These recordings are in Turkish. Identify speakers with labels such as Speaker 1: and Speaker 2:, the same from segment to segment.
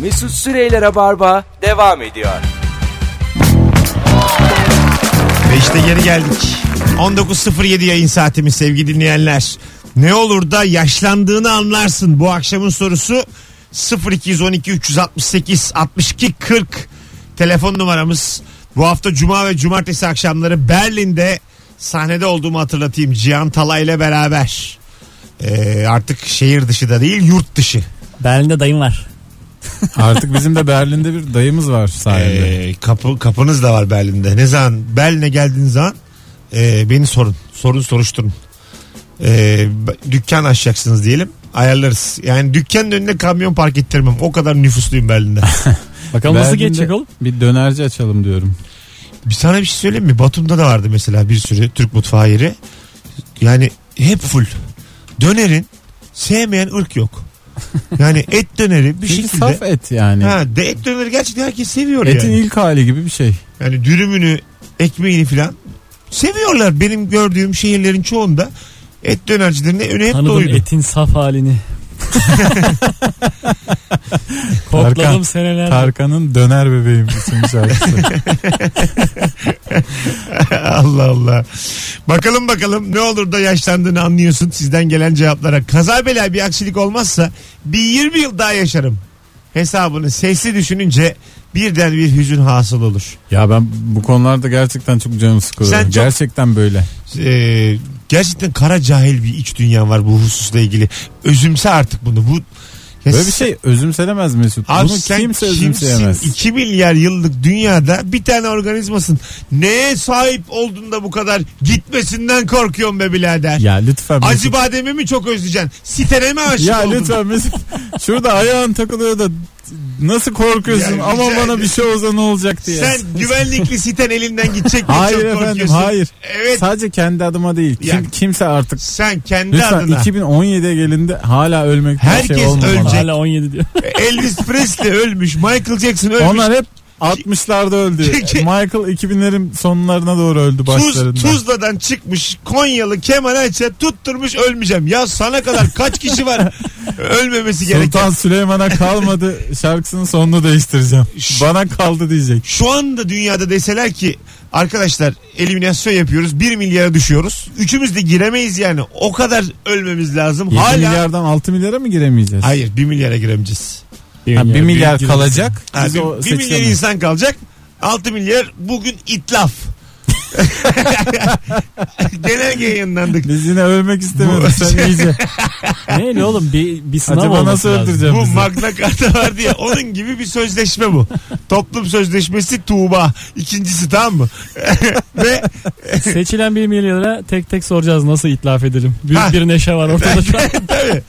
Speaker 1: Mesut Süreyler'e barba devam ediyor.
Speaker 2: Ve işte geri geldik. 19.07 yayın saatimiz sevgili dinleyenler. Ne olur da yaşlandığını anlarsın. Bu akşamın sorusu 0212 368 62 40 telefon numaramız. Bu hafta cuma ve cumartesi akşamları Berlin'de sahnede olduğumu hatırlatayım. Cihan Talay ile beraber. Ee, artık şehir dışı da değil yurt dışı.
Speaker 3: Berlin'de dayım var.
Speaker 4: Artık bizim de Berlin'de bir dayımız var sayende.
Speaker 2: Ee, kapı, kapınız da var Berlin'de. Ne zaman Berlin'e geldiğiniz zaman e, beni sorun. Sorun soruşturun. E, b- dükkan açacaksınız diyelim. Ayarlarız. Yani dükkanın önüne kamyon park ettirmem. O kadar nüfusluyum Berlin'de.
Speaker 3: Bakalım nasıl
Speaker 4: Berlin'de
Speaker 3: geçecek oğlum?
Speaker 4: Bir dönerci açalım diyorum.
Speaker 2: bir sana bir şey söyleyeyim mi? Batum'da da vardı mesela bir sürü Türk mutfağı yeri. Yani hep full. Dönerin sevmeyen ırk yok. Yani et döneri bir
Speaker 4: Çünkü
Speaker 2: şekilde.
Speaker 4: saf et yani.
Speaker 2: Ha, de et döneri gerçekten herkes seviyor
Speaker 4: Etin
Speaker 2: yani.
Speaker 4: ilk hali gibi bir şey.
Speaker 2: Yani dürümünü, ekmeğini filan seviyorlar. Benim gördüğüm şehirlerin çoğunda et dönercilerine önü hep
Speaker 3: Tanıdım
Speaker 2: doydu.
Speaker 3: etin saf halini.
Speaker 4: Tarkan.
Speaker 3: Kokladım senelerdir.
Speaker 4: Tarkan'ın Döner Bebeğim isimli şarkısı.
Speaker 2: Allah Allah. Bakalım bakalım ne olur da yaşlandığını anlıyorsun sizden gelen cevaplara. Kaza bela bir aksilik olmazsa bir 20 yıl daha yaşarım. Hesabını sesli düşününce birden bir hüzün hasıl olur.
Speaker 4: ya ben bu konularda gerçekten çok canım sıkılıyor.
Speaker 2: Sen çok-
Speaker 4: Gerçekten böyle.
Speaker 2: Ee, gerçekten kara cahil bir iç dünya var bu hususla ilgili. Özümse artık bunu. Bu Ya
Speaker 4: Böyle bir şey özümselemez Mesut.
Speaker 2: Abi
Speaker 4: Bunu
Speaker 2: sen
Speaker 4: kimse
Speaker 2: kimsin?
Speaker 4: özümseyemez.
Speaker 2: 2 milyar yıllık dünyada bir tane organizmasın. Neye sahip olduğunda bu kadar gitmesinden korkuyorsun be birader.
Speaker 4: Ya lütfen Mesut.
Speaker 2: Acı bademi mi çok özleyeceksin? Sitene mi aşık
Speaker 4: Ya
Speaker 2: oldun?
Speaker 4: lütfen Mesut. Şurada ayağın takılıyor da nasıl korkuyorsun?
Speaker 2: Ya
Speaker 4: Ama
Speaker 2: rica
Speaker 4: bana
Speaker 2: ederim.
Speaker 4: bir şey olsa ne olacak diye.
Speaker 2: Sen güvenlikli siten elinden gidecek diye
Speaker 4: Hayır
Speaker 2: çok
Speaker 4: efendim
Speaker 2: korkuyorsun.
Speaker 4: hayır.
Speaker 2: Evet
Speaker 4: Sadece kendi adıma değil. Kim,
Speaker 2: Ya-
Speaker 4: kimse artık.
Speaker 2: sen kendi
Speaker 4: Lütfen
Speaker 2: adına.
Speaker 4: 2017'ye gelindi hala ölmek
Speaker 2: Herkes
Speaker 4: şey olmamalı.
Speaker 2: ölecek.
Speaker 3: Hala 17 diyor.
Speaker 2: Elvis Presley ölmüş. Michael Jackson ölmüş.
Speaker 4: Onlar hep 60'larda öldü.
Speaker 2: Çünkü-
Speaker 4: Michael 2000'lerin sonlarına doğru öldü başlarında.
Speaker 2: Tuz, Tuzla'dan çıkmış Konyalı Kemal Ayça tutturmuş ölmeyeceğim. Ya sana kadar kaç kişi var ölmemesi gereken?
Speaker 4: Sultan Süleyman'a kalmadı şarkısının sonunu değiştireceğim.
Speaker 2: Şşş.
Speaker 4: Bana kaldı diyecek.
Speaker 2: Şu anda dünyada deseler ki arkadaşlar eliminasyon yapıyoruz 1 milyara düşüyoruz. Üçümüz de giremeyiz yani. O kadar ölmemiz lazım.
Speaker 4: 7
Speaker 2: Hala
Speaker 4: milyardan 6 milyara mı giremeyeceğiz?
Speaker 2: Hayır 1 milyara giremeyeceğiz.
Speaker 4: Ha, 1 milyar
Speaker 3: büyük
Speaker 4: kalacak.
Speaker 2: Ha,
Speaker 4: Biz o
Speaker 2: bir, 1 milyar
Speaker 4: seçilemeyiz.
Speaker 2: insan kalacak. 6 milyar bugün itlaf. Genelge yayınlandık.
Speaker 4: Biz yine ölmek istemiyoruz.
Speaker 2: şey-
Speaker 4: Sen iyice.
Speaker 3: Neyle oğlum bir, bir sınav
Speaker 4: Acaba
Speaker 3: olması
Speaker 4: nasıl
Speaker 3: lazım.
Speaker 4: öldüreceğim
Speaker 2: Bu
Speaker 4: bizi?
Speaker 2: Magna Carta var diye onun gibi bir sözleşme bu. Toplum sözleşmesi Tuğba. İkincisi tamam mı? Ve
Speaker 3: Seçilen 1 milyara tek tek soracağız nasıl itlaf edelim. Büyük
Speaker 2: Ha.
Speaker 3: bir neşe var ortada şu an.
Speaker 2: tabii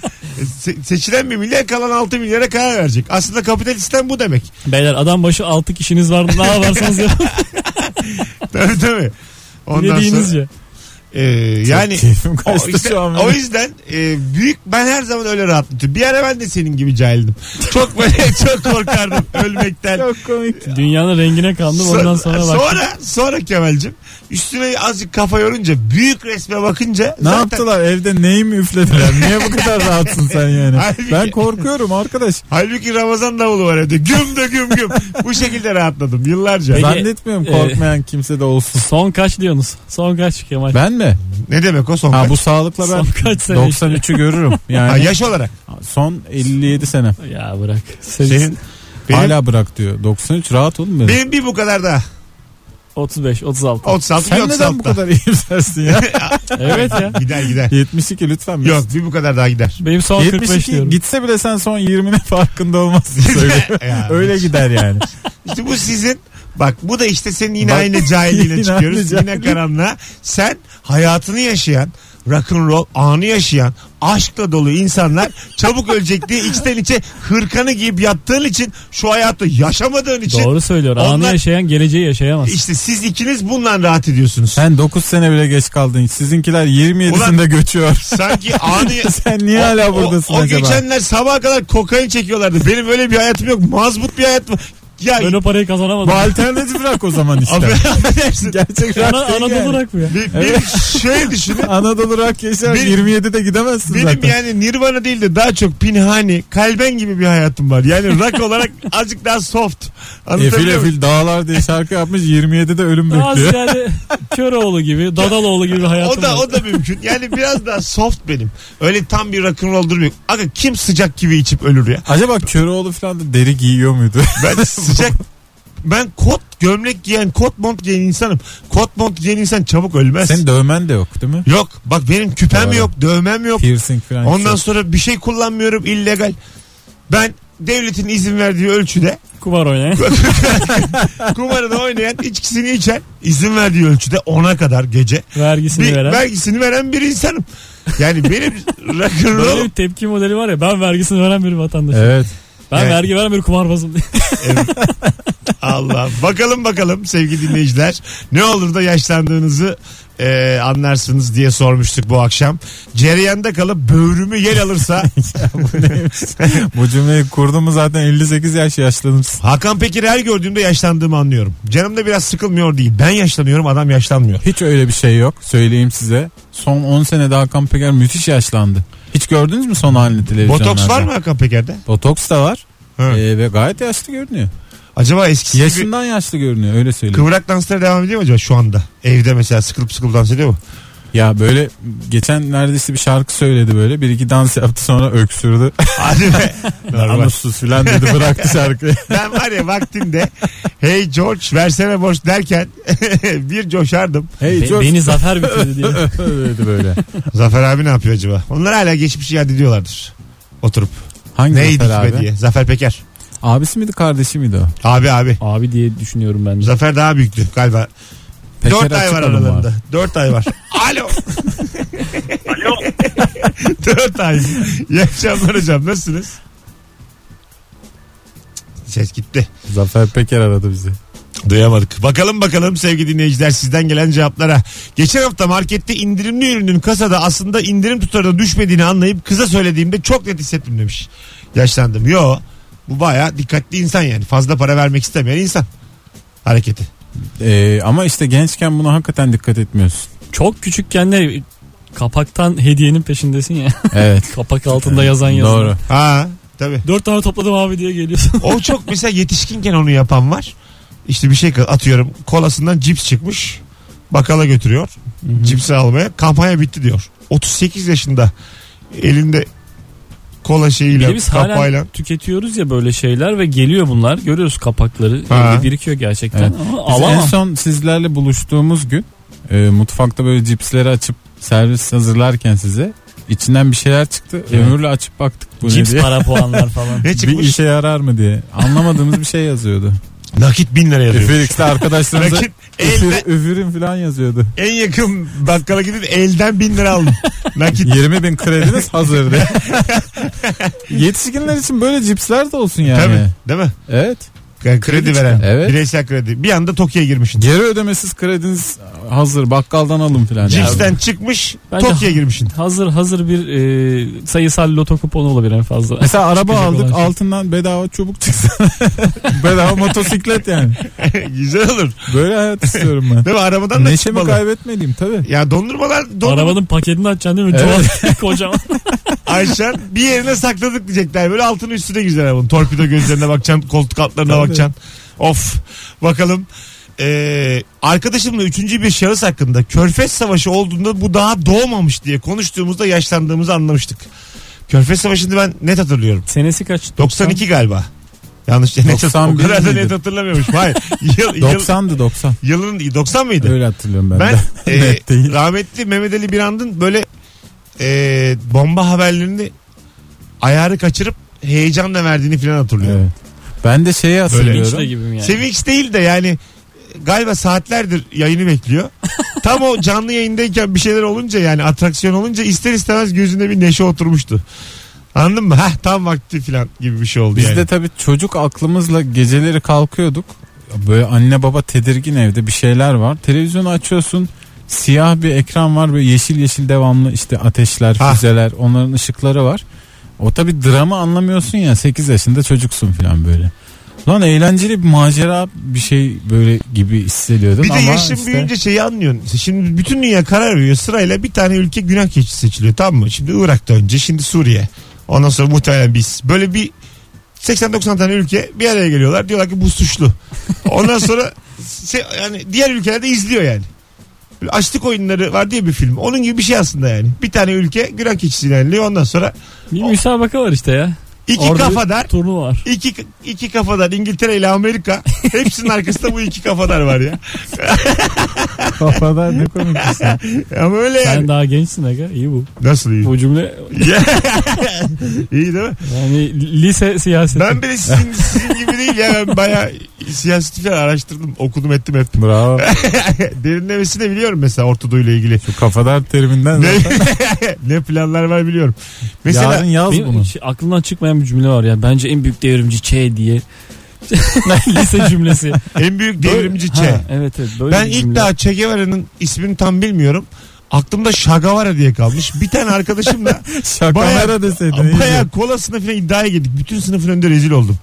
Speaker 2: se- seçilen 1 milyar kalan 6 milyara karar verecek. Aslında kapital sistem bu demek.
Speaker 3: Beyler adam başı 6 kişiniz var ne yaparsanız ya.
Speaker 2: Tabii tabii. Ondan
Speaker 3: Dediğiniz
Speaker 2: sonra
Speaker 3: ya.
Speaker 2: e, yani
Speaker 4: Keyfim
Speaker 2: o,
Speaker 4: kaçtı
Speaker 2: işte-
Speaker 4: şu an.
Speaker 2: o
Speaker 4: benim.
Speaker 2: yüzden e, büyük ben her zaman öyle rahatlatıyorum. Bir ara ben de senin gibi cahildim. Çok böyle çok korkardım ölmekten.
Speaker 4: Çok komik.
Speaker 3: Dünyanın rengine kandım ondan sonra bak.
Speaker 2: sonra, sonra Kemal'cim üstüne azıcık kafa yorunca büyük resme bakınca
Speaker 4: Ne yaptılar evde neyi mi üflediler? Niye bu kadar rahatsın sen yani?
Speaker 2: Halbuki-
Speaker 4: Ben korkuyorum arkadaş.
Speaker 2: Halbuki Ramazan davulu var evde. Güm de güm güm. Bu şekilde rahatladım yıllarca.
Speaker 3: Peki,
Speaker 4: Zannetmiyorum
Speaker 3: e,
Speaker 4: korkmayan kimse de olsun.
Speaker 3: Son kaç diyorsunuz? Son kaç Kemal?
Speaker 4: Ben mi?
Speaker 2: Ne demek o son
Speaker 4: Ha
Speaker 2: kaç?
Speaker 4: bu sağlıkla
Speaker 3: Son
Speaker 4: ben
Speaker 3: kaç sene
Speaker 4: 93'ü görürüm.
Speaker 2: Ha,
Speaker 4: Yani
Speaker 2: yaş olarak.
Speaker 4: son 57 sene.
Speaker 3: Ya bırak. Sen
Speaker 2: Senin, benim,
Speaker 4: Hala bırak diyor. 93 rahat olun benim.
Speaker 2: benim bir bu kadar da.
Speaker 3: 35, 36.
Speaker 2: 36
Speaker 4: Sen neden bu kadar iyimsersin ya?
Speaker 3: evet ya.
Speaker 2: Gider gider.
Speaker 4: 72 lütfen. Mesut.
Speaker 2: Yok bir bu kadar daha gider.
Speaker 3: Benim son 45
Speaker 4: 72
Speaker 3: diyorum.
Speaker 4: gitse bile sen son 20'ne farkında olmazsın söylüyorum.
Speaker 2: Ya,
Speaker 4: Öyle gider yani.
Speaker 2: İşte bu sizin. Bak bu da işte senin yine
Speaker 4: Bak,
Speaker 2: aynı cahilliğine
Speaker 4: yine aynı
Speaker 2: çıkıyoruz. Yine
Speaker 4: cahillik.
Speaker 2: karanlığa. Sen hayatını yaşayan rock'n'roll anı yaşayan aşkla dolu insanlar çabuk ölecek diye içten içe hırkanı giyip yattığın için şu hayatı yaşamadığın için
Speaker 3: Doğru söylüyor. Anı
Speaker 2: Onlar-
Speaker 3: yaşayan geleceği yaşayamaz.
Speaker 2: işte siz ikiniz bundan rahat ediyorsunuz.
Speaker 4: Sen 9 sene bile geç kaldın. Sizinkiler 27'sinde
Speaker 2: Ulan-
Speaker 4: göçüyor.
Speaker 2: Sanki anı
Speaker 4: Sen niye hala buradasın
Speaker 2: o, o
Speaker 4: acaba?
Speaker 2: geçenler sabaha kadar kokain çekiyorlardı. Benim öyle bir hayatım yok. Mazbut bir hayatım. Ya
Speaker 3: Ben o parayı kazanamadım.
Speaker 4: Bu alternatif rak o zaman işte.
Speaker 2: affedersin.
Speaker 4: Gerçek rak
Speaker 3: Ana,
Speaker 4: değil
Speaker 3: Anadolu
Speaker 4: yani.
Speaker 3: rak bu ya.
Speaker 2: bir, bir şey düşünün.
Speaker 4: Anadolu rak yaşar.
Speaker 2: Benim-
Speaker 4: 27'de gidemezsin
Speaker 2: Benim
Speaker 4: zaten.
Speaker 2: yani Nirvana değil de daha çok Pinhani, Kalben gibi bir hayatım var. Yani rock olarak azıcık daha soft.
Speaker 4: Efil
Speaker 2: Anlatabiliyor muyum?
Speaker 4: Efil Dağlar diye şarkı yapmış 27'de ölüm
Speaker 3: Daha
Speaker 4: bekliyor.
Speaker 3: ziyade Köroğlu gibi, Dadaloğlu gibi bir hayatım
Speaker 2: O da
Speaker 3: var.
Speaker 2: o da mümkün. Yani biraz daha soft benim. Öyle tam bir rock and roll durum yok. Aga kim sıcak gibi içip ölür ya?
Speaker 4: Acaba Köroğlu falan da deri giyiyor muydu?
Speaker 2: Ben sıcak ben kot gömlek giyen, kot mont giyen insanım. Kot mont giyen insan çabuk ölmez.
Speaker 4: Senin dövmen de yok değil mi?
Speaker 2: Yok. Bak benim küpem
Speaker 4: Doğru.
Speaker 2: yok, dövmem yok.
Speaker 4: Piercing falan.
Speaker 2: Ondan
Speaker 4: yok.
Speaker 2: sonra bir şey kullanmıyorum illegal. Ben devletin izin verdiği ölçüde
Speaker 3: Kumar oynayan.
Speaker 2: kumarını oynayan içkisini içen izin verdiği ölçüde ona kadar gece
Speaker 3: Vergisini
Speaker 2: bir,
Speaker 3: veren.
Speaker 2: vergisini veren bir insanım. Yani benim rock and
Speaker 3: Böyle
Speaker 2: roll
Speaker 3: bir tepki modeli var ya ben vergisini veren bir vatandaşım.
Speaker 4: Evet.
Speaker 3: Ben
Speaker 2: Evet.
Speaker 3: vergi veren bir kumarbazım.
Speaker 2: Allah. Bakalım bakalım sevgili dinleyiciler. Ne olur da yaşlandığınızı e, anlarsınız diye sormuştuk bu akşam. Cereyanda kalıp böğrümü yel alırsa
Speaker 4: Bu cümleyi kurdum mu zaten 58 yaş yaşlanırsın.
Speaker 2: Hakan Peker'i her gördüğümde yaşlandığımı anlıyorum. Canım da biraz sıkılmıyor değil. Ben yaşlanıyorum adam yaşlanmıyor.
Speaker 4: Hiç öyle bir şey yok söyleyeyim size. Son 10 senede Hakan Peker müthiş yaşlandı. Hiç gördünüz mü son halini televizyonlarda?
Speaker 2: Botoks var mı Hakan Peker'de?
Speaker 4: Botoks da var.
Speaker 2: Ha.
Speaker 4: Ee, ve gayet yaşlı görünüyor.
Speaker 2: Acaba eskisi gibi
Speaker 4: Yaşından yaşlı görünüyor öyle söyleyeyim.
Speaker 2: kıvrak danslara devam ediyor mu acaba şu anda? Evde mesela sıkılıp sıkılıp dans ediyor mu?
Speaker 4: Ya böyle geçen neredeyse bir şarkı söyledi böyle. Bir iki dans yaptı sonra öksürdü.
Speaker 2: Hadi be. Normal.
Speaker 4: Anusuz filan dedi bıraktı şarkıyı.
Speaker 2: Ben var ya vaktinde hey George versene borç derken bir coşardım.
Speaker 4: Hey
Speaker 3: Be-
Speaker 4: George.
Speaker 3: beni zafer bitirdi diye.
Speaker 4: Öyleydi böyle.
Speaker 2: Zafer abi ne yapıyor acaba? Onlar hala geçmişi yad ediyorlardır. Oturup.
Speaker 4: Hangi
Speaker 2: Neydik
Speaker 4: Zafer
Speaker 2: be diye. Zafer Peker.
Speaker 4: Abisi miydi kardeşi miydi o?
Speaker 2: Abi abi.
Speaker 3: Abi diye düşünüyorum ben de.
Speaker 2: Zafer daha büyüktü galiba.
Speaker 4: Peker
Speaker 2: Dört ay
Speaker 4: açık
Speaker 2: var
Speaker 4: adam
Speaker 2: aralarında. Dört ay var. Alo.
Speaker 5: Alo.
Speaker 2: Dört ay. İyi akşamlar hocam. Nasılsınız? Ses gitti.
Speaker 4: Zafer Peker aradı bizi.
Speaker 2: Duyamadık. Bakalım bakalım sevgili dinleyiciler sizden gelen cevaplara. Geçen hafta markette indirimli ürünün kasada aslında indirim tutarına düşmediğini anlayıp kıza söylediğimde çok net hissettim demiş. Yaşlandım. Yo bu baya dikkatli insan yani. Fazla para vermek istemeyen insan hareketi.
Speaker 4: Ee, ama işte gençken buna hakikaten dikkat etmiyorsun.
Speaker 3: Çok küçükken de kapaktan hediyenin peşindesin ya.
Speaker 4: Evet. Ee,
Speaker 3: Kapak altında yazan yazı.
Speaker 4: Doğru.
Speaker 2: Ha tabii.
Speaker 3: Dört tane topladım abi diye geliyorsun.
Speaker 2: O çok mesela yetişkinken onu yapan var. İşte bir şey atıyorum kolasından cips çıkmış. Bakala götürüyor. Cipsi almaya. Kampanya bitti diyor. 38 yaşında elinde kola
Speaker 3: Bir de
Speaker 2: şeyiyle
Speaker 3: biz hala
Speaker 2: kapayla.
Speaker 3: tüketiyoruz ya böyle şeyler ve geliyor bunlar. Görüyoruz kapakları.
Speaker 2: Ha.
Speaker 3: Evde birikiyor gerçekten.
Speaker 4: Evet.
Speaker 3: Ama
Speaker 4: Biz en
Speaker 3: alamam.
Speaker 4: son sizlerle buluştuğumuz gün e, mutfakta böyle cipsleri açıp servis hazırlarken size içinden bir şeyler çıktı.
Speaker 3: Evet.
Speaker 4: Ömürle açıp baktık bu ne
Speaker 3: Cips
Speaker 4: diye. E-
Speaker 3: para puanlar falan.
Speaker 2: Ne
Speaker 4: Bir
Speaker 2: çıkmış?
Speaker 4: işe yarar mı diye. Anlamadığımız bir şey yazıyordu.
Speaker 2: Nakit 1000 lira yazıyor.
Speaker 4: Üfürük'te arkadaşlarımıza
Speaker 2: Nakit elden,
Speaker 4: üfür, üfürün falan yazıyordu.
Speaker 2: en yakın bakkala gidip elden 1000 lira aldım. Nakit.
Speaker 4: 20 bin krediniz hazır diye. Yetişkinler için böyle cipsler de olsun yani.
Speaker 2: Tabii. Değil mi?
Speaker 4: Evet.
Speaker 2: Yani kredi, veren.
Speaker 4: Evet.
Speaker 2: Bireysel kredi. Bir anda Tokyo'ya girmişsin.
Speaker 4: Geri ödemesiz krediniz hazır bakkaldan alın filan.
Speaker 2: Cipsten çıkmış
Speaker 3: Bence-
Speaker 2: Tokyo'ya girmişsin.
Speaker 3: Hazır hazır bir e, sayısal loto kuponu olabilir en fazla.
Speaker 4: Mesela araba
Speaker 3: Çıkacak
Speaker 4: aldık
Speaker 3: olan şey.
Speaker 4: altından bedava çubuk çıksın. bedava motosiklet yani.
Speaker 2: Güzel olur.
Speaker 4: Böyle hayat istiyorum ben.
Speaker 2: Değil mi? Arabadan da
Speaker 4: Neşemi
Speaker 2: çıkmalı.
Speaker 4: kaybetmeliyim tabii.
Speaker 2: Ya dondurmalar dondurma
Speaker 3: Arabanın paketini açacaksın değil mi?
Speaker 4: Evet.
Speaker 3: Çoğal- Kocaman.
Speaker 2: Ayşen bir yerine sakladık diyecekler. Böyle altını üstüne güzel arabanın. Torpido gözlerine bakacaksın. Koltuk altlarına
Speaker 4: Tabii.
Speaker 2: bakacaksın. Of. Bakalım. Ee, arkadaşımla üçüncü bir şahıs hakkında Körfez Savaşı olduğunda bu daha doğmamış diye konuştuğumuzda yaşlandığımızı anlamıştık. Körfez Savaşı'nı ben net hatırlıyorum.
Speaker 3: Senesi kaç?
Speaker 2: 92 galiba. Yanlış. net-
Speaker 4: 91
Speaker 2: o kadar da net
Speaker 4: miydi?
Speaker 2: hatırlamıyormuş. Hayır. Yıl, yıl,
Speaker 4: 90'dı 90.
Speaker 2: yılın 90 mıydı?
Speaker 4: Öyle hatırlıyorum ben,
Speaker 2: Ben
Speaker 4: de.
Speaker 2: e,
Speaker 4: Net değil.
Speaker 2: rahmetli Mehmet Ali Birand'ın böyle e, bomba haberlerini ayarı kaçırıp heyecanla verdiğini falan hatırlıyorum.
Speaker 4: Evet. Ben de şeyi hatırlıyorum.
Speaker 3: Sevinçle gibiyim yani.
Speaker 2: Sevinç değil de yani e, galiba saatlerdir yayını bekliyor. Tam o canlı yayındayken bir şeyler olunca yani atraksiyon olunca ister istemez gözünde bir neşe oturmuştu. Anladın mı? Hah tam vakti falan gibi bir şey oldu
Speaker 4: Biz
Speaker 2: yani.
Speaker 4: de tabii çocuk aklımızla geceleri kalkıyorduk. Böyle anne baba tedirgin evde bir şeyler var. Televizyonu açıyorsun. Siyah bir ekran var böyle yeşil yeşil devamlı işte ateşler,
Speaker 2: Ha.
Speaker 4: füzeler, onların ışıkları var. O tabii dramı anlamıyorsun ya 8 yaşında çocuksun falan böyle. Lan eğlenceli bir macera bir şey böyle gibi hissediyordum
Speaker 2: Bir de
Speaker 4: ama
Speaker 2: yaşın
Speaker 4: işte-
Speaker 2: büyüyünce şeyi anlıyorsun. İşte Şimdi bütün dünya karar veriyor. Sırayla bir tane ülke günah keçisi seçiliyor tamam mı? Şimdi Irak'ta önce şimdi Suriye. Ondan sonra muhtemelen biz. Böyle bir 80-90 tane ülke bir araya geliyorlar. Diyorlar ki bu suçlu. Ondan sonra se- yani diğer ülkelerde izliyor yani. Böyle açlık oyunları var diye bir film. Onun gibi bir şey aslında yani. Bir tane ülke günah keçisi ilerliyor. Ondan sonra
Speaker 3: Bir müsabaka var işte ya.
Speaker 2: iki
Speaker 3: Orada bir
Speaker 2: kafadar
Speaker 3: turnu var.
Speaker 2: İki, iki kafadar İngiltere ile Amerika hepsinin arkasında bu iki kafadar var ya.
Speaker 4: Kafadan ne komiksin.
Speaker 2: Ama öyle yani.
Speaker 3: Sen daha gençsin Aga. iyi bu.
Speaker 2: Nasıl iyi?
Speaker 3: Bu cümle
Speaker 2: iyi değil mi?
Speaker 3: yani lise siyaseti.
Speaker 2: Ben bile sizin, sizin gibi değil ya. Ben bayağı siyaseti falan araştırdım. Okudum ettim hep.
Speaker 4: Bravo.
Speaker 2: Derinlemesine biliyorum mesela Ortadoğu ile ilgili.
Speaker 4: Şu kafadan teriminden
Speaker 2: Ne,
Speaker 4: zaten.
Speaker 2: ne planlar var biliyorum. Mesela
Speaker 4: Yarın yaz
Speaker 3: Benim
Speaker 4: bunu.
Speaker 3: hiç aklımdan şey, çıkmayan bir cümle var ya. Bence en büyük devrimci Ç diye. lise cümlesi.
Speaker 2: en büyük devrimci Çe.
Speaker 3: Ha, evet evet. Böyle
Speaker 2: Ben
Speaker 3: bir
Speaker 2: ilk
Speaker 3: cümle.
Speaker 2: daha Che Guevara'nın ismini tam bilmiyorum. Aklımda Şagavara diye kalmış. Bir tane arkadaşımla Bayağı-
Speaker 4: Şakamera deseydin. iyiydi.
Speaker 2: Baya kola sınıfına iddiaya girdik. Bütün sınıfın önünde rezil oldum.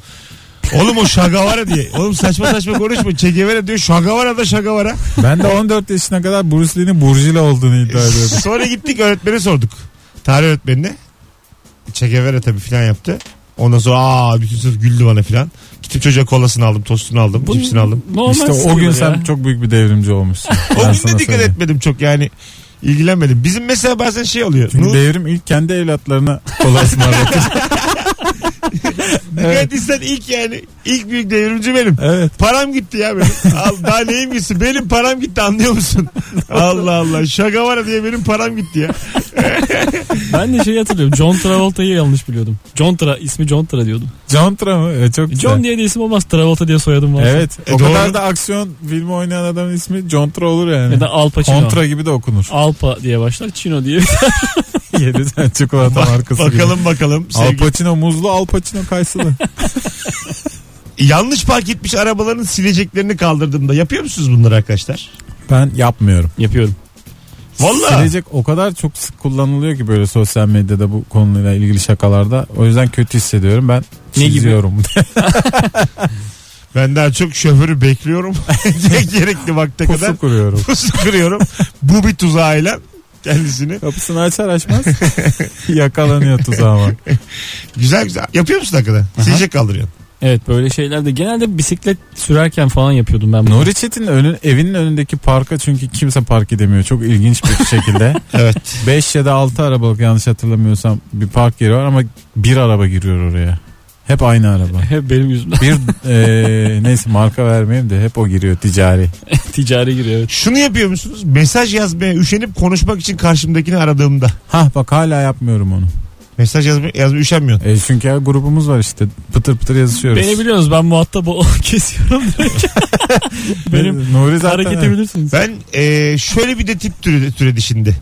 Speaker 2: Oğlum o şagavara diye. Oğlum saçma saçma konuşma. Çegevere diyor şagavara da şagavara.
Speaker 4: Ben de 14 yaşına kadar Bruce Lee'nin Burjila olduğunu iddia ediyordum.
Speaker 2: Sonra gittik öğretmene sorduk. Tarih öğretmenine. Çegevere tabii filan yaptı. Ondan sonra aa bütün sınıf güldü bana filan. Gittim çocuğa kolasını aldım, tostunu aldım,
Speaker 3: Bu
Speaker 2: cipsini aldım.
Speaker 3: normal
Speaker 4: İşte o
Speaker 3: sayılır
Speaker 4: gün
Speaker 3: ya.
Speaker 4: sen çok büyük bir devrimci olmuşsun.
Speaker 2: O gün de dikkat etmedim çok yani. ilgilenmedim. Bizim mesela bazen şey oluyor.
Speaker 4: Çünkü
Speaker 2: Nur-
Speaker 4: devrim ilk kendi evlatlarına kolay ısmarlatır.
Speaker 2: Dikkat etsen ilk yani ilk büyük devrimci benim.
Speaker 4: evet.
Speaker 2: Param gitti ya benim. Al, daha neyim gitsin? Benim param gitti anlıyor musun? Allah Allah. Şaka var diye benim param gitti ya.
Speaker 3: Ben de şey hatırlıyorum. John Travolta'yı yanlış biliyordum. John Tra ismi John Tra diyordum.
Speaker 4: John Tra mı? E, çok güzel.
Speaker 3: John diye de isim olmaz. Travolta diye soyadım var.
Speaker 4: Evet.
Speaker 2: E,
Speaker 4: o
Speaker 2: doğru.
Speaker 4: kadar da aksiyon filmi oynayan adamın ismi John Tra olur yani.
Speaker 3: Ya da Al Pacino.
Speaker 4: Kontra gibi de okunur.
Speaker 3: Alpa diye başlar. Chino diye.
Speaker 4: Yedi tane çikolata markası gibi.
Speaker 2: Bakalım bakalım.
Speaker 4: Al
Speaker 2: Sevgili-
Speaker 4: Pacino muzlu, Al Pacino kayısılı.
Speaker 2: Yanlış park etmiş arabaların sileceklerini kaldırdığımda yapıyor musunuz bunları arkadaşlar?
Speaker 4: ben yapmıyorum.
Speaker 3: Yapıyorum.
Speaker 2: Vallahi.
Speaker 4: Silecek o kadar çok sık kullanılıyor ki böyle sosyal medyada bu konuyla ilgili şakalarda. O yüzden kötü hissediyorum ben.
Speaker 3: Ne gibi?
Speaker 4: çiziyorum.
Speaker 2: Ben daha çok şoförü bekliyorum. Gerekli vakte kadar.
Speaker 4: Pusu kuruyorum.
Speaker 2: Pusu kırıyorum. Bu bir tuzağıyla kendisini.
Speaker 4: Kapısını açar açmaz yakalanıyor tuzağıma.
Speaker 2: Güzel güzel. Yapıyor musun hakikaten? Silecek kaldırıyorsun.
Speaker 3: Evet böyle şeylerde genelde bisiklet sürerken falan yapıyordum ben bunu.
Speaker 4: Nuri Çetin'in önü- evinin önündeki parka çünkü kimse park edemiyor. Çok ilginç bir şekilde.
Speaker 2: Evet.
Speaker 4: 5 ya da 6 arabalık yanlış hatırlamıyorsam bir park yeri var ama bir araba giriyor oraya. Hep aynı araba.
Speaker 3: Hep benim yüzümden
Speaker 4: Bir eee, neyse marka vermeyeyim de hep o giriyor ticari.
Speaker 3: ticari giriyor. Evet.
Speaker 2: Şunu yapıyor musunuz? Mesaj yazmaya üşenip konuşmak için karşımdakini aradığımda.
Speaker 4: Hah bak hala yapmıyorum onu.
Speaker 2: Mesaj yazmaya, yazmaya üşenmiyorsun.
Speaker 4: E, çünkü her grubumuz var işte pıtır pıtır yazışıyoruz.
Speaker 3: Beni biliyorsunuz ben muhatap ol kesiyorum direkt. benim
Speaker 4: E, Nuri zaten
Speaker 3: hareket edebilirsiniz.
Speaker 2: Ben eee, şöyle bir de tip türedi, türedi şimdi.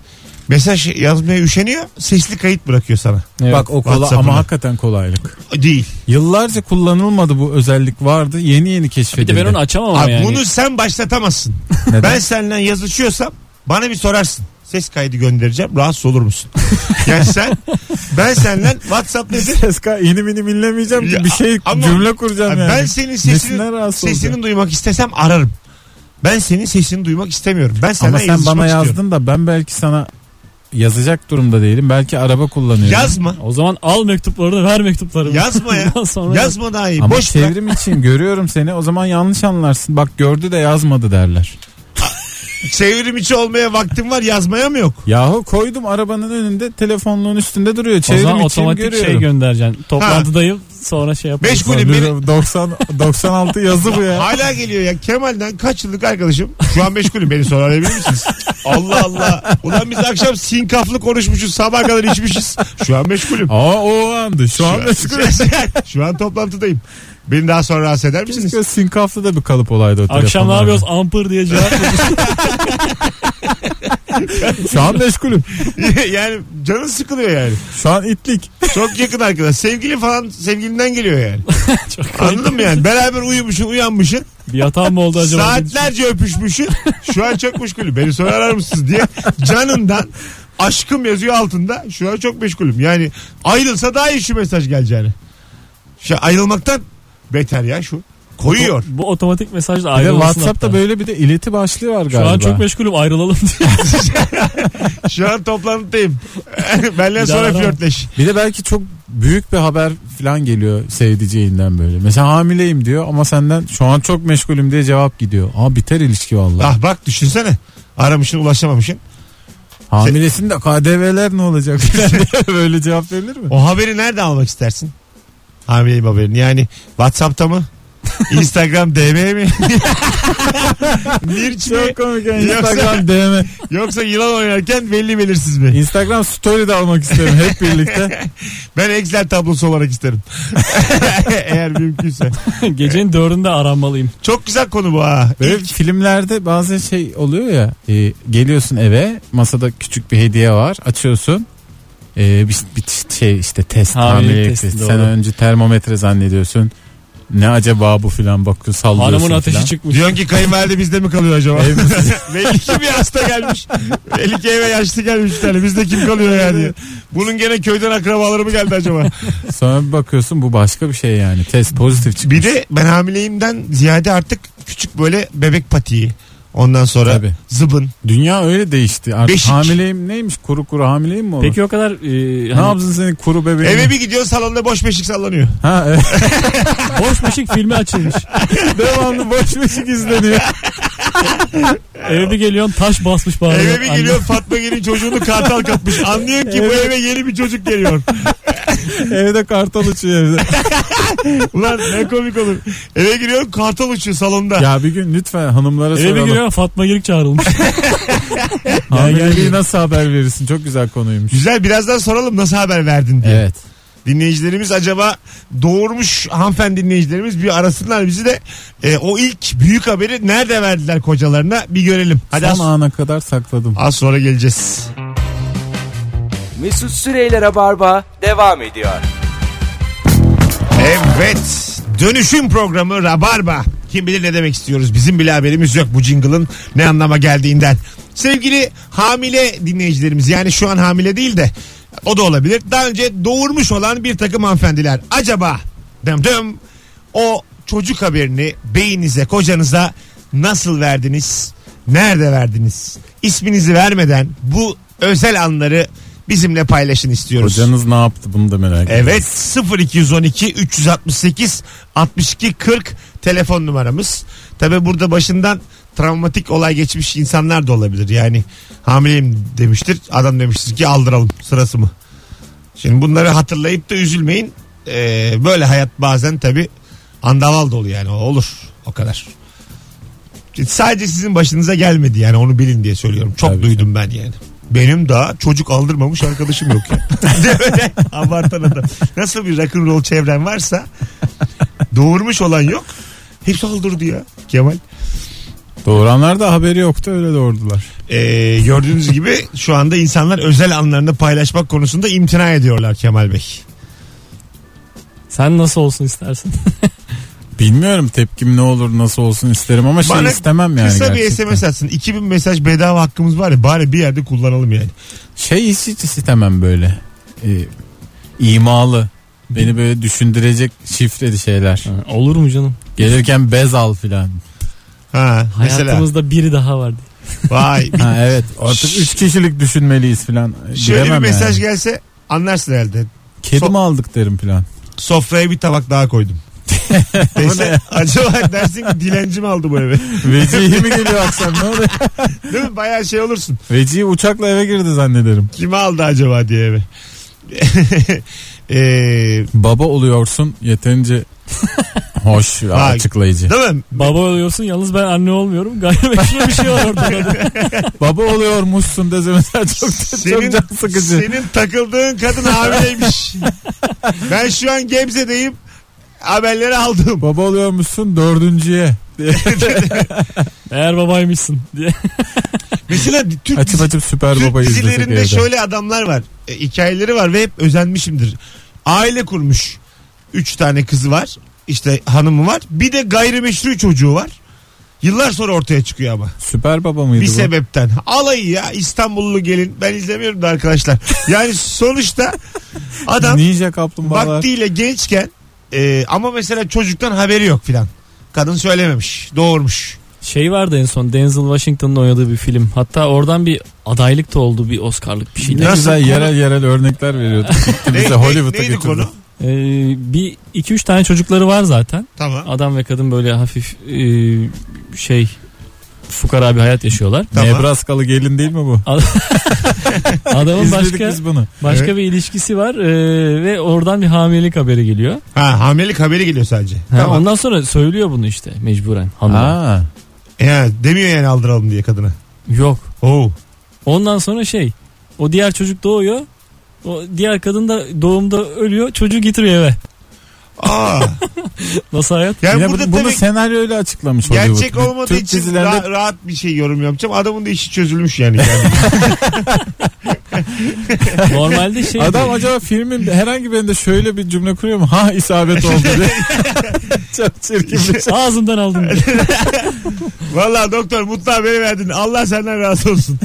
Speaker 2: Mesaj yazmaya üşeniyor. Sesli kayıt bırakıyor sana.
Speaker 3: Evet.
Speaker 4: Bak o kolay
Speaker 2: WhatsApp'ına.
Speaker 4: ama hakikaten kolaylık.
Speaker 2: Değil.
Speaker 4: Yıllarca kullanılmadı bu özellik vardı. Yeni yeni
Speaker 3: Bir
Speaker 4: keşfedildi.
Speaker 3: de ben onu açamam ama
Speaker 2: Abi
Speaker 3: yani.
Speaker 2: bunu sen başlatamazsın.
Speaker 4: Neden?
Speaker 2: Ben seninle yazışıyorsam bana bir sorarsın. Ses kaydı göndereceğim. Rahatsız olur musun? yani sen ben seninle WhatsApp nedir?
Speaker 4: Seska inim inim inlemeyeceğim
Speaker 2: Ya,
Speaker 4: ki bir şey
Speaker 2: ama-
Speaker 4: cümle kuracağım
Speaker 2: Abi
Speaker 4: yani.
Speaker 2: Ben senin
Speaker 4: Nesinden
Speaker 2: sesini
Speaker 4: rahatsız olacağım?
Speaker 2: sesini duymak istesem ararım. Ben senin sesini duymak istemiyorum. Ben
Speaker 4: Ama
Speaker 2: seninle
Speaker 4: sen bana
Speaker 2: yazışmak istiyorum.
Speaker 4: yazdın da ben belki sana yazacak durumda değilim. Belki araba kullanıyorum.
Speaker 2: Yazma.
Speaker 3: O zaman al mektupları da ver mektuplarımı.
Speaker 2: Yazma ya.
Speaker 3: Ondan sonra
Speaker 2: Yazma daha iyi.
Speaker 4: Ama
Speaker 2: Boş bırak.
Speaker 4: çevrim için görüyorum seni o zaman yanlış anlarsın. Bak gördü de yazmadı derler.
Speaker 2: Çevrim içi olmaya vaktim var yazmaya mı yok?
Speaker 4: Yahu koydum arabanın önünde telefonluğun üstünde duruyor.
Speaker 3: O
Speaker 4: Çevrim
Speaker 3: zaman
Speaker 4: için
Speaker 3: otomatik
Speaker 4: görüyorum.
Speaker 3: şey göndereceksin. Toplantıdayım sonra şey yaparsın.
Speaker 2: Beş golü beni-
Speaker 4: 90 96 yazı bu ya.
Speaker 2: Hala geliyor ya. Kemal'den kaç yıllık arkadaşım. Şu an meşgulüm beni sonra arayabilir misiniz? Allah Allah. Ulan biz akşam sinkaflı konuşmuşuz. Sabah kadar içmişiz. Şu an meşgulüm.
Speaker 4: Aa o andı. Şu an meşgul.
Speaker 2: Şu an toplantıdayım. Beni daha sonra rahatsız eder misiniz?
Speaker 4: Keşke sinkaflı da bir kalıp olaydı o
Speaker 3: Akşam ne
Speaker 4: telefonlar.
Speaker 3: yapıyoruz? Ampır diye cevap veriyorsun.
Speaker 4: Şu an meşgulüm.
Speaker 2: yani canın sıkılıyor yani.
Speaker 4: Şu an itlik.
Speaker 2: Çok yakın arkadaş. Sevgili falan sevgilinden geliyor yani.
Speaker 3: Çok komik.
Speaker 2: Anladın mı yani? Beraber uyumuşsun uyanmışsın.
Speaker 3: Bir yatağım mı oldu acaba?
Speaker 2: Saatlerce öpüşmüşsün. Şu an çok meşgulüm. Beni sonra arar mısınız diye. Canından aşkım yazıyor altında. Şu an çok meşgulüm. Yani ayrılsa daha iyi şu mesaj geleceğini. Şu ayrılmaktan Beter ya şu. Koyuyor.
Speaker 3: Bu, bu otomatik mesajla
Speaker 4: Bir de
Speaker 3: ayrılmasın
Speaker 4: WhatsApp'ta
Speaker 3: hatta.
Speaker 4: böyle bir de ileti başlığı var
Speaker 3: Şu
Speaker 4: galiba.
Speaker 3: an çok meşgulüm ayrılalım diye.
Speaker 2: Şu an toplantıdayım. Benden
Speaker 3: Bir daha
Speaker 2: sonra
Speaker 3: aramam.
Speaker 2: flörtleş.
Speaker 4: Bir de belki çok büyük bir haber falan geliyor sevdiceğinden böyle. Mesela hamileyim diyor ama senden şu an çok meşgulüm diye cevap gidiyor. Aa biter ilişki vallahi.
Speaker 2: Ah bak düşünsene. Aramışsın ulaşamamışsın. şey-
Speaker 4: Hamilesin de KDV'ler ne olacak? böyle cevap verilir mi?
Speaker 2: O haberi nerede almak istersin? Hamileyim haberini. Yani Whatsapp'ta mı? Instagram DM mi? Mirç mi?
Speaker 4: Çok komik. ya.
Speaker 2: Yoksa-
Speaker 4: Instagram DM.
Speaker 2: Yoksa yılan oynarken belli belirsiz mi?
Speaker 4: Instagram story de almak isterim hep birlikte.
Speaker 2: Ben Excel tablosu olarak isterim. Eğer mümkünse.
Speaker 3: Gecenin dördünde aranmalıyım.
Speaker 2: Çok güzel konu bu ha.
Speaker 4: Böyle filmlerde bazen şey oluyor ya. e, geliyorsun eve masada küçük bir hediye var. Açıyorsun. E, bir, bir t- şey işte test
Speaker 3: Hamilelik
Speaker 4: hamilelik
Speaker 3: testi,
Speaker 4: testi.
Speaker 3: doğru.
Speaker 4: Sen önce termometre zannediyorsun. Ne acaba bu filan bakıyor sallıyorsun
Speaker 3: Hanımın ateşi
Speaker 4: filan.
Speaker 3: çıkmış.
Speaker 2: Diyorsun ki kayınvalide bizde mi kalıyor acaba? Belli ki bir hasta gelmiş. Belli ki eve yaşlı gelmiş bir tane. Bizde kim kalıyor ya diye. Bunun gene köyden akrabaları mı geldi acaba?
Speaker 4: Sonra bir bakıyorsun bu başka bir şey yani. Test pozitif çıkmış.
Speaker 2: Bir de ben hamileyimden ziyade artık küçük böyle bebek patiği. Ondan sonra
Speaker 4: Tabii.
Speaker 2: zıbın.
Speaker 4: Dünya öyle değişti. Artık
Speaker 2: Beşik.
Speaker 4: hamileyim neymiş? Kuru kuru hamileyim mi olur?
Speaker 3: Peki o kadar e,
Speaker 4: ne
Speaker 3: hani
Speaker 4: yapsın senin kuru bebeğin?
Speaker 2: Eve bir gidiyor salonda boş beşik sallanıyor.
Speaker 4: Ha, e, evet.
Speaker 3: boş beşik filmi açılmış.
Speaker 4: Devamlı boş beşik izleniyor.
Speaker 3: Eve bir geliyorsun taş basmış bağırıyor.
Speaker 2: Eve bir
Speaker 3: Anne-
Speaker 2: geliyor Fatma Gül'ün çocuğunu kartal kapmış. Anlıyorsun ki bu eve yeni bir çocuk geliyor.
Speaker 4: Evde kartal uçuyor evde.
Speaker 2: Ulan ne komik olur. Eve giriyorum kartal uçuyor salonda.
Speaker 4: Ya bir gün lütfen hanımlara
Speaker 3: Eve bir
Speaker 4: soralım.
Speaker 3: geliyor Fatma Girik çağrılmış.
Speaker 4: Hamileliği nasıl haber verirsin? Çok güzel konuymuş.
Speaker 2: Güzel birazdan soralım nasıl haber verdin diye.
Speaker 4: Evet.
Speaker 2: Dinleyicilerimiz acaba doğurmuş hanımefendi dinleyicilerimiz bir arasınlar bizi de e, o ilk büyük haberi nerede verdiler kocalarına bir görelim. Hadi
Speaker 4: Son
Speaker 2: az,
Speaker 4: ana kadar sakladım.
Speaker 2: az sonra geleceğiz.
Speaker 1: Mesut Süreyler'e barba devam ediyor.
Speaker 2: Evet dönüşüm programı Rabarba. Kim bilir ne demek istiyoruz bizim bile haberimiz yok bu jingle'ın ne anlama geldiğinden. Sevgili hamile dinleyicilerimiz yani şu an hamile değil de o da olabilir. Daha önce doğurmuş olan bir takım hanımefendiler acaba dım dım o çocuk haberini beyinize kocanıza nasıl verdiniz? Nerede verdiniz? İsminizi vermeden bu özel anları bizimle paylaşın istiyoruz.
Speaker 4: Hocanız ne yaptı bunu da merak ediyorum.
Speaker 2: Evet 0212 368 62 40 telefon numaramız. Tabi burada başından travmatik olay geçmiş insanlar da olabilir. Yani hamileyim demiştir. Adam demiştir ki aldıralım sırası mı? Şimdi bunları hatırlayıp da üzülmeyin. Ee, böyle hayat bazen tabi andaval dolu yani O olur o kadar. Sadece sizin başınıza gelmedi yani onu bilin diye söylüyorum. Çok
Speaker 4: Tabii
Speaker 2: duydum ben yani. Benim daha çocuk aldırmamış arkadaşım yok ya. Böyle Abartan adam. Nasıl bir rock'n'roll çevren varsa doğurmuş olan yok. Hepsi aldırdı ya Kemal.
Speaker 4: Doğuranlar da haberi yoktu öyle doğurdular.
Speaker 2: Ee, gördüğünüz gibi şu anda insanlar özel anlarını paylaşmak konusunda imtina ediyorlar Kemal Bey.
Speaker 3: Sen nasıl olsun istersin?
Speaker 4: Bilmiyorum tepkim ne olur nasıl olsun isterim ama şey
Speaker 2: Bana
Speaker 4: istemem yani
Speaker 2: Kısa
Speaker 4: gerçekten.
Speaker 2: bir SMS atsın. 2000 mesaj bedava hakkımız var ya bari bir yerde kullanalım yani.
Speaker 4: Şey hiç, hiç istemem böyle. Ee, imalı. Beni böyle düşündürecek şifreli şeyler.
Speaker 3: Olur mu canım?
Speaker 4: Gelirken bez al filan.
Speaker 2: Ha, mesela.
Speaker 3: Hayatımızda biri daha vardı.
Speaker 2: Vay.
Speaker 4: Ha evet artık 3 kişilik düşünmeliyiz filan.
Speaker 2: Şöyle bir
Speaker 4: Bilemem
Speaker 2: mesaj
Speaker 4: yani.
Speaker 2: gelse anlarsın herhalde.
Speaker 4: Kedi
Speaker 2: So-
Speaker 4: mi aldık derim filan.
Speaker 2: Sofraya bir tabak daha koydum. Dese, acaba dersin ki dilenci mi aldı bu eve?
Speaker 4: Vecihi mi geliyor akşam ne oluyor?
Speaker 2: Değil mi? Bayağı şey olursun.
Speaker 4: Vecihi uçakla eve girdi zannederim.
Speaker 2: Kimi aldı acaba diye eve. Ee,
Speaker 4: Baba oluyorsun yeterince hoş ve
Speaker 2: Vay.
Speaker 4: açıklayıcı.
Speaker 2: değil mi?
Speaker 3: Baba oluyorsun yalnız ben anne olmuyorum. Gayrimeşru bir şey var ortada.
Speaker 4: Baba oluyormuşsun dese mesela çok, çok can sıkıcı.
Speaker 2: Senin takıldığın kadın hamileymiş. ben şu an Gebze'deyim. Haberleri aldım.
Speaker 4: Baba oluyormuşsun dördüncüye.
Speaker 3: Eğer babaymışsın diye.
Speaker 2: Mesela Türk,
Speaker 4: Açıp açıp süper
Speaker 2: Türk
Speaker 4: baba izlesek
Speaker 2: dizilerinde
Speaker 4: evde.
Speaker 2: şöyle adamlar var. E, hikayeleri var ve hep özenmişimdir. Aile kurmuş. Üç tane kızı var. İşte hanımı var. Bir de gayrimeşru çocuğu var. Yıllar sonra ortaya çıkıyor ama.
Speaker 4: Süper baba mıydı
Speaker 2: Bir
Speaker 4: bu?
Speaker 2: sebepten. Alayı ya İstanbullu gelin. Ben izlemiyorum da arkadaşlar. Yani sonuçta adam
Speaker 4: Ninja kaplumbağalar.
Speaker 2: vaktiyle gençken Ee, ama mesela çocuktan haberi yok filan. Kadın söylememiş. Doğurmuş.
Speaker 3: Şey vardı en son Denzel Washington'ın oynadığı bir film. Hatta oradan bir adaylık da oldu bir Oscar'lık bir şey.
Speaker 4: Ne
Speaker 2: Nasıl
Speaker 4: güzel
Speaker 2: konu?
Speaker 4: yerel yerel örnekler veriyordu. Gitti bize Hollywood'a
Speaker 2: neydi
Speaker 4: getirdi.
Speaker 2: konu?
Speaker 3: Ee, bir iki üç tane çocukları var zaten.
Speaker 2: Tamam.
Speaker 3: Adam ve kadın böyle hafif e, şey fukara bir hayat yaşıyorlar.
Speaker 2: Tamam.
Speaker 4: Nebraskalı gelin değil mi bu?
Speaker 3: Adamın
Speaker 4: İzledik
Speaker 3: başka
Speaker 4: biz bunu.
Speaker 3: başka
Speaker 2: Evet.
Speaker 3: bir ilişkisi var ee, ve oradan bir hamilelik haberi geliyor. Ha,
Speaker 2: Ha hamilelik haberi geliyor sadece. tamam.
Speaker 3: Ondan sonra söylüyor bunu işte mecburen hanıma.
Speaker 4: Aa,
Speaker 2: Ya, demiyor yani aldıralım diye kadına.
Speaker 3: Yok.
Speaker 2: Oo.
Speaker 3: Ondan sonra şey o diğer çocuk doğuyor. O diğer kadın da doğumda ölüyor. Çocuğu getiriyor eve.
Speaker 2: Aa.
Speaker 3: Nasıl hayat?
Speaker 2: Yani
Speaker 4: yine bu-
Speaker 2: burada
Speaker 4: bunu
Speaker 2: tabii
Speaker 4: senaryoyla açıklamış Hollywood.
Speaker 2: gerçek olmadığı
Speaker 4: Türk
Speaker 2: için
Speaker 4: dizilerinde
Speaker 2: ra- rahat bir şey yorum yapacağım. Adamın da işi çözülmüş yani. yani.
Speaker 3: Normalde şey
Speaker 4: Adam acaba filmin herhangi birinde şöyle bir cümle kuruyor mu? Ha isabet oldu diye. Çok çirkin bir şey.
Speaker 3: ağzımdan aldım. diyor.
Speaker 2: Valla doktor mutlu haberi verdin. Allah senden razı olsun.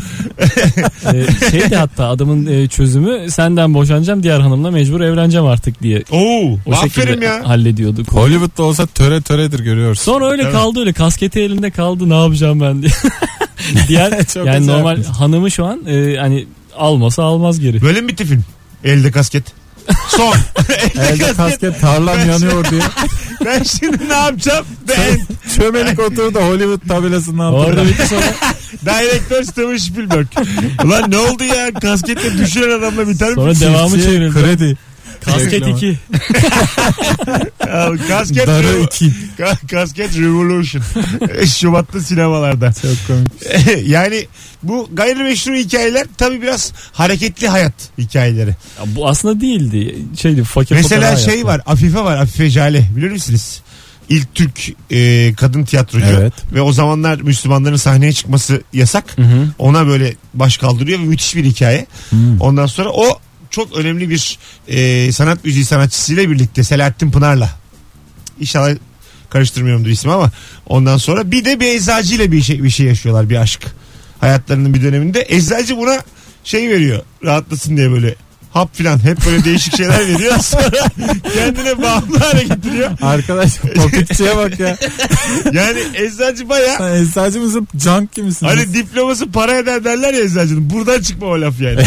Speaker 3: Ee, şey de hatta adamın e, çözümü senden boşanacağım diğer hanımla mecbur evleneceğim artık diye.
Speaker 2: Oo.
Speaker 3: O
Speaker 2: aferin
Speaker 3: şekilde
Speaker 2: ya.
Speaker 3: hallediyordu. konu.
Speaker 4: Hollywood'da olsa töre töredir görüyorsun.
Speaker 3: Sonra öyle
Speaker 2: Evet.
Speaker 3: kaldı öyle kasketi elinde kaldı ne yapacağım ben diye. diğer
Speaker 4: Çok
Speaker 3: yani
Speaker 4: güzel
Speaker 3: normal
Speaker 4: yapmış.
Speaker 3: hanımı şu an e, hani almasa almaz geri.
Speaker 2: Böyle mi bitti film? Elde kasket. Son.
Speaker 4: Elde kasket tarlam yanıyor diye.
Speaker 2: ben şimdi ne yapacağım? Ben
Speaker 4: Çömelik oturdu da Hollywood tabelasından
Speaker 3: Orada bitti sonra
Speaker 2: Direktör Steven Spielberg. Ulan ne oldu ya? Kasketle düşüren adamla biter mi?
Speaker 3: sonra devamı çevrildi.
Speaker 4: Kredi.
Speaker 3: Kasket
Speaker 4: Reklama.
Speaker 3: 2.
Speaker 2: Al, Kasket,
Speaker 4: Darı
Speaker 2: Revo-
Speaker 4: 2.
Speaker 2: Ka- kasket Revolution. Şubat'ta sinemalarda.
Speaker 4: Çok komik.
Speaker 2: yani bu gayrimeşru hikayeler tabii biraz hareketli hayat hikayeleri.
Speaker 3: Ya bu aslında değildi. Şeydi fakir
Speaker 2: Mesela
Speaker 3: fukara
Speaker 2: şey
Speaker 3: yaptı.
Speaker 2: var Afife var Afife Jale bilir misiniz? İlk Türk e, kadın tiyatrocu
Speaker 4: Evet.
Speaker 2: ve o zamanlar Müslümanların sahneye çıkması yasak. Ona böyle baş kaldırıyor ve müthiş bir hikaye. Ondan sonra o çok önemli bir e, sanat müziği sanatçısıyla birlikte Selahattin Pınar'la. İnşallah karıştırmıyorumdur ismi ama ondan sonra bir de bir eczacıyla bir şey, bir şey yaşıyorlar bir aşk. Hayatlarının bir döneminde eczacı buna şey veriyor rahatlasın diye böyle hap filan hep böyle değişik şeyler veriyor sonra kendine bağımlı hale getiriyor.
Speaker 4: Arkadaş paketçiye bak ya.
Speaker 2: Yani eczacı baya
Speaker 4: Sen eczacı mısın? Junk misin?
Speaker 2: Hani diploması para eder derler ya eczacının. Buradan çıkma o laf yani.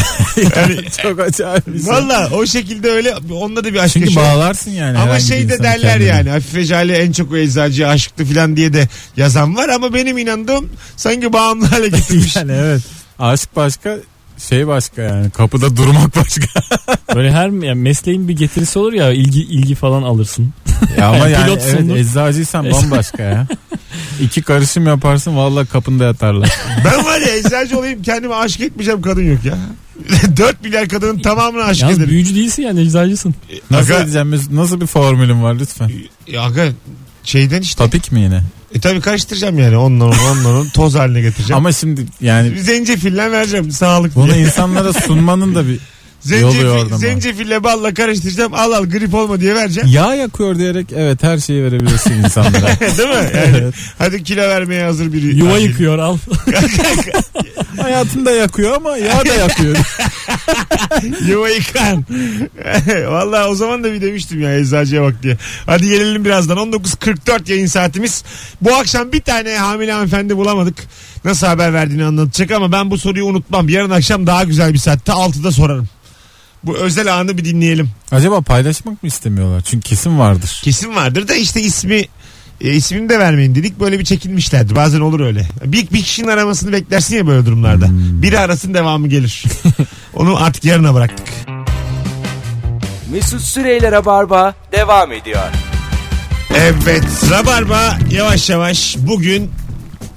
Speaker 2: yani
Speaker 4: Çok acayip bir şey.
Speaker 2: Valla o şekilde öyle onunla da bir aşk
Speaker 4: Çünkü
Speaker 2: yaşıyor.
Speaker 4: bağlarsın yani.
Speaker 2: şey- Ama
Speaker 4: herhangi bir
Speaker 2: şey de
Speaker 4: insanı
Speaker 2: derler
Speaker 4: kendine.
Speaker 2: yani Hafife Jale en çok o eczacıya aşıktı falan diye de yazan var ama benim inandığım sanki bağımlı hale getirmiş.
Speaker 4: Yani evet. Aşk başka şey başka yani kapıda durmak başka.
Speaker 3: Böyle her yani mesleğin bir getirisi olur ya ilgi ilgi falan alırsın.
Speaker 4: Ya ama
Speaker 3: Yani
Speaker 4: yani
Speaker 3: pilotsun
Speaker 4: evet,
Speaker 3: da.
Speaker 4: eczacıysan bambaşka ya. İki karışım yaparsın valla kapında yatarlar.
Speaker 2: ben var ya eczacı olayım kendime aşık etmeyeceğim kadın yok ya. 4 milyar kadının tamamına aşık
Speaker 3: Yalnız
Speaker 2: ederim.
Speaker 3: büyücü değilsin yani eczacısın.
Speaker 4: Nasıl
Speaker 2: Aga-
Speaker 4: edeceğim? biz- Nasıl bir formülün var lütfen?
Speaker 2: Ya aga şeyden işte.
Speaker 4: Topik mi yine?
Speaker 2: E tabii karıştıracağım yani onunla onu, onunla onu toz haline getireceğim.
Speaker 4: Ama şimdi yani
Speaker 2: Zencefille vereceğim sağlık diye.
Speaker 4: bunu insanlara sunmanın da bir Yolluyor
Speaker 2: Zencefil,
Speaker 4: oradan
Speaker 2: zencefille balla karıştıracağım. Al al grip olma diye vereceğim.
Speaker 4: yağ yakıyor diyerek evet her şeyi verebilirsin insanlara.
Speaker 2: Değil mi? Yani,
Speaker 4: evet.
Speaker 2: Hadi kilo vermeye hazır biri.
Speaker 3: Yuva
Speaker 2: Hadi.
Speaker 3: yıkıyor al.
Speaker 4: Hayatında yakıyor ama yağ da yakıyor.
Speaker 2: Yuva yıkan. Valla o zaman da bir demiştim ya eczacıya bak diye. Hadi gelelim birazdan. 19.44 yayın saatimiz. Bu akşam bir tane hamile hanımefendi bulamadık. Nasıl haber verdiğini anlatacak ama ben bu soruyu unutmam. Yarın akşam daha güzel bir saatte 6'da sorarım. Bu özel anı bir dinleyelim.
Speaker 4: Acaba paylaşmak mı istemiyorlar? Çünkü kesin vardır.
Speaker 2: Kesin vardır da işte ismi e, ismini de vermeyin dedik. Böyle bir çekinmişlerdi. Bazen olur öyle. Bir, bir kişinin aramasını beklersin ya böyle durumlarda. Biri arasın devamı gelir. Onu artık yarına bıraktık.
Speaker 1: Mesut Süreyler'e barba devam ediyor.
Speaker 2: Evet Rabarba yavaş yavaş bugün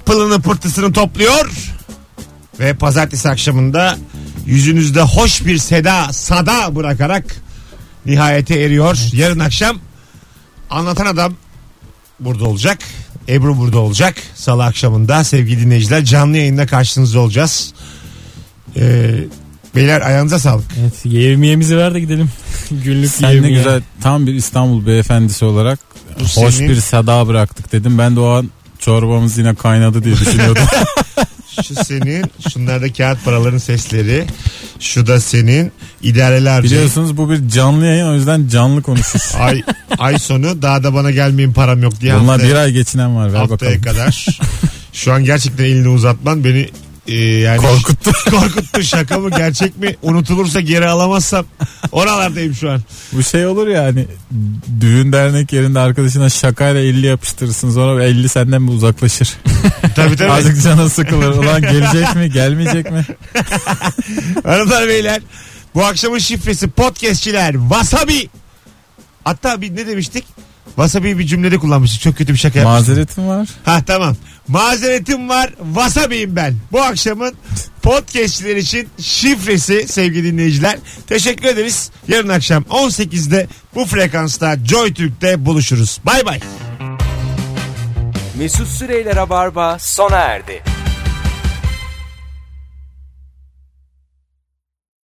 Speaker 2: pılını pırtısını topluyor ve pazartesi akşamında yüzünüzde hoş bir seda sada bırakarak nihayete eriyor. Yarın akşam anlatan adam burada olacak. Ebru burada olacak. Salı akşamında sevgili dinleyiciler canlı yayında karşınızda olacağız. Ee, beyler ayağınıza sağlık.
Speaker 3: Evet yevmiyemizi ver de gidelim. Günlük
Speaker 4: Sen ne
Speaker 3: yevmiye.
Speaker 4: güzel tam bir İstanbul beyefendisi olarak
Speaker 2: Bu
Speaker 4: hoş
Speaker 2: senin-
Speaker 4: bir sada bıraktık dedim. Ben de o an çorbamız yine kaynadı diye düşünüyordum.
Speaker 2: Şu senin. Şunlar da kağıt paraların sesleri. Şu da senin. İdareli harcayın.
Speaker 4: Biliyorsunuz bu bir canlı yayın o yüzden canlı konuşuruz.
Speaker 2: Ay, ay sonu daha da bana gelmeyin param yok diye
Speaker 4: Bunlar
Speaker 2: haftaya,
Speaker 4: bir ay geçinen var ver
Speaker 2: haftaya
Speaker 4: bakalım.
Speaker 2: kadar. Şu an gerçekten elini uzatman beni e, yani
Speaker 4: Korkuttu.
Speaker 2: korkuttu. Şaka mı gerçek mi? Unutulursa geri alamazsam oralardayım şu an.
Speaker 4: Bu şey olur ya hani düğün dernek yerinde arkadaşına şakayla 50 yapıştırırsın sonra 50 senden bir uzaklaşır.
Speaker 2: Tabii tabii.
Speaker 4: Azıcık canı sıkılır. Ulan gelecek mi gelmeyecek mi?
Speaker 2: Hanımlar beyler bu akşamın şifresi podcastçiler wasabi. Hatta bir ne demiştik? Wasabi'yi bir cümlede kullanmıştık. Çok kötü bir şaka yapmıştık.
Speaker 4: Mazeretim var.
Speaker 2: Ha tamam. Mazeretim var. Wasabi'yim ben. Bu akşamın podcastçiler için şifresi sevgili dinleyiciler. Teşekkür ederiz. Yarın akşam 18'de bu frekansta Joy Türk'te buluşuruz. Bay bay.
Speaker 1: Mesut Süreyler'e barba sona erdi.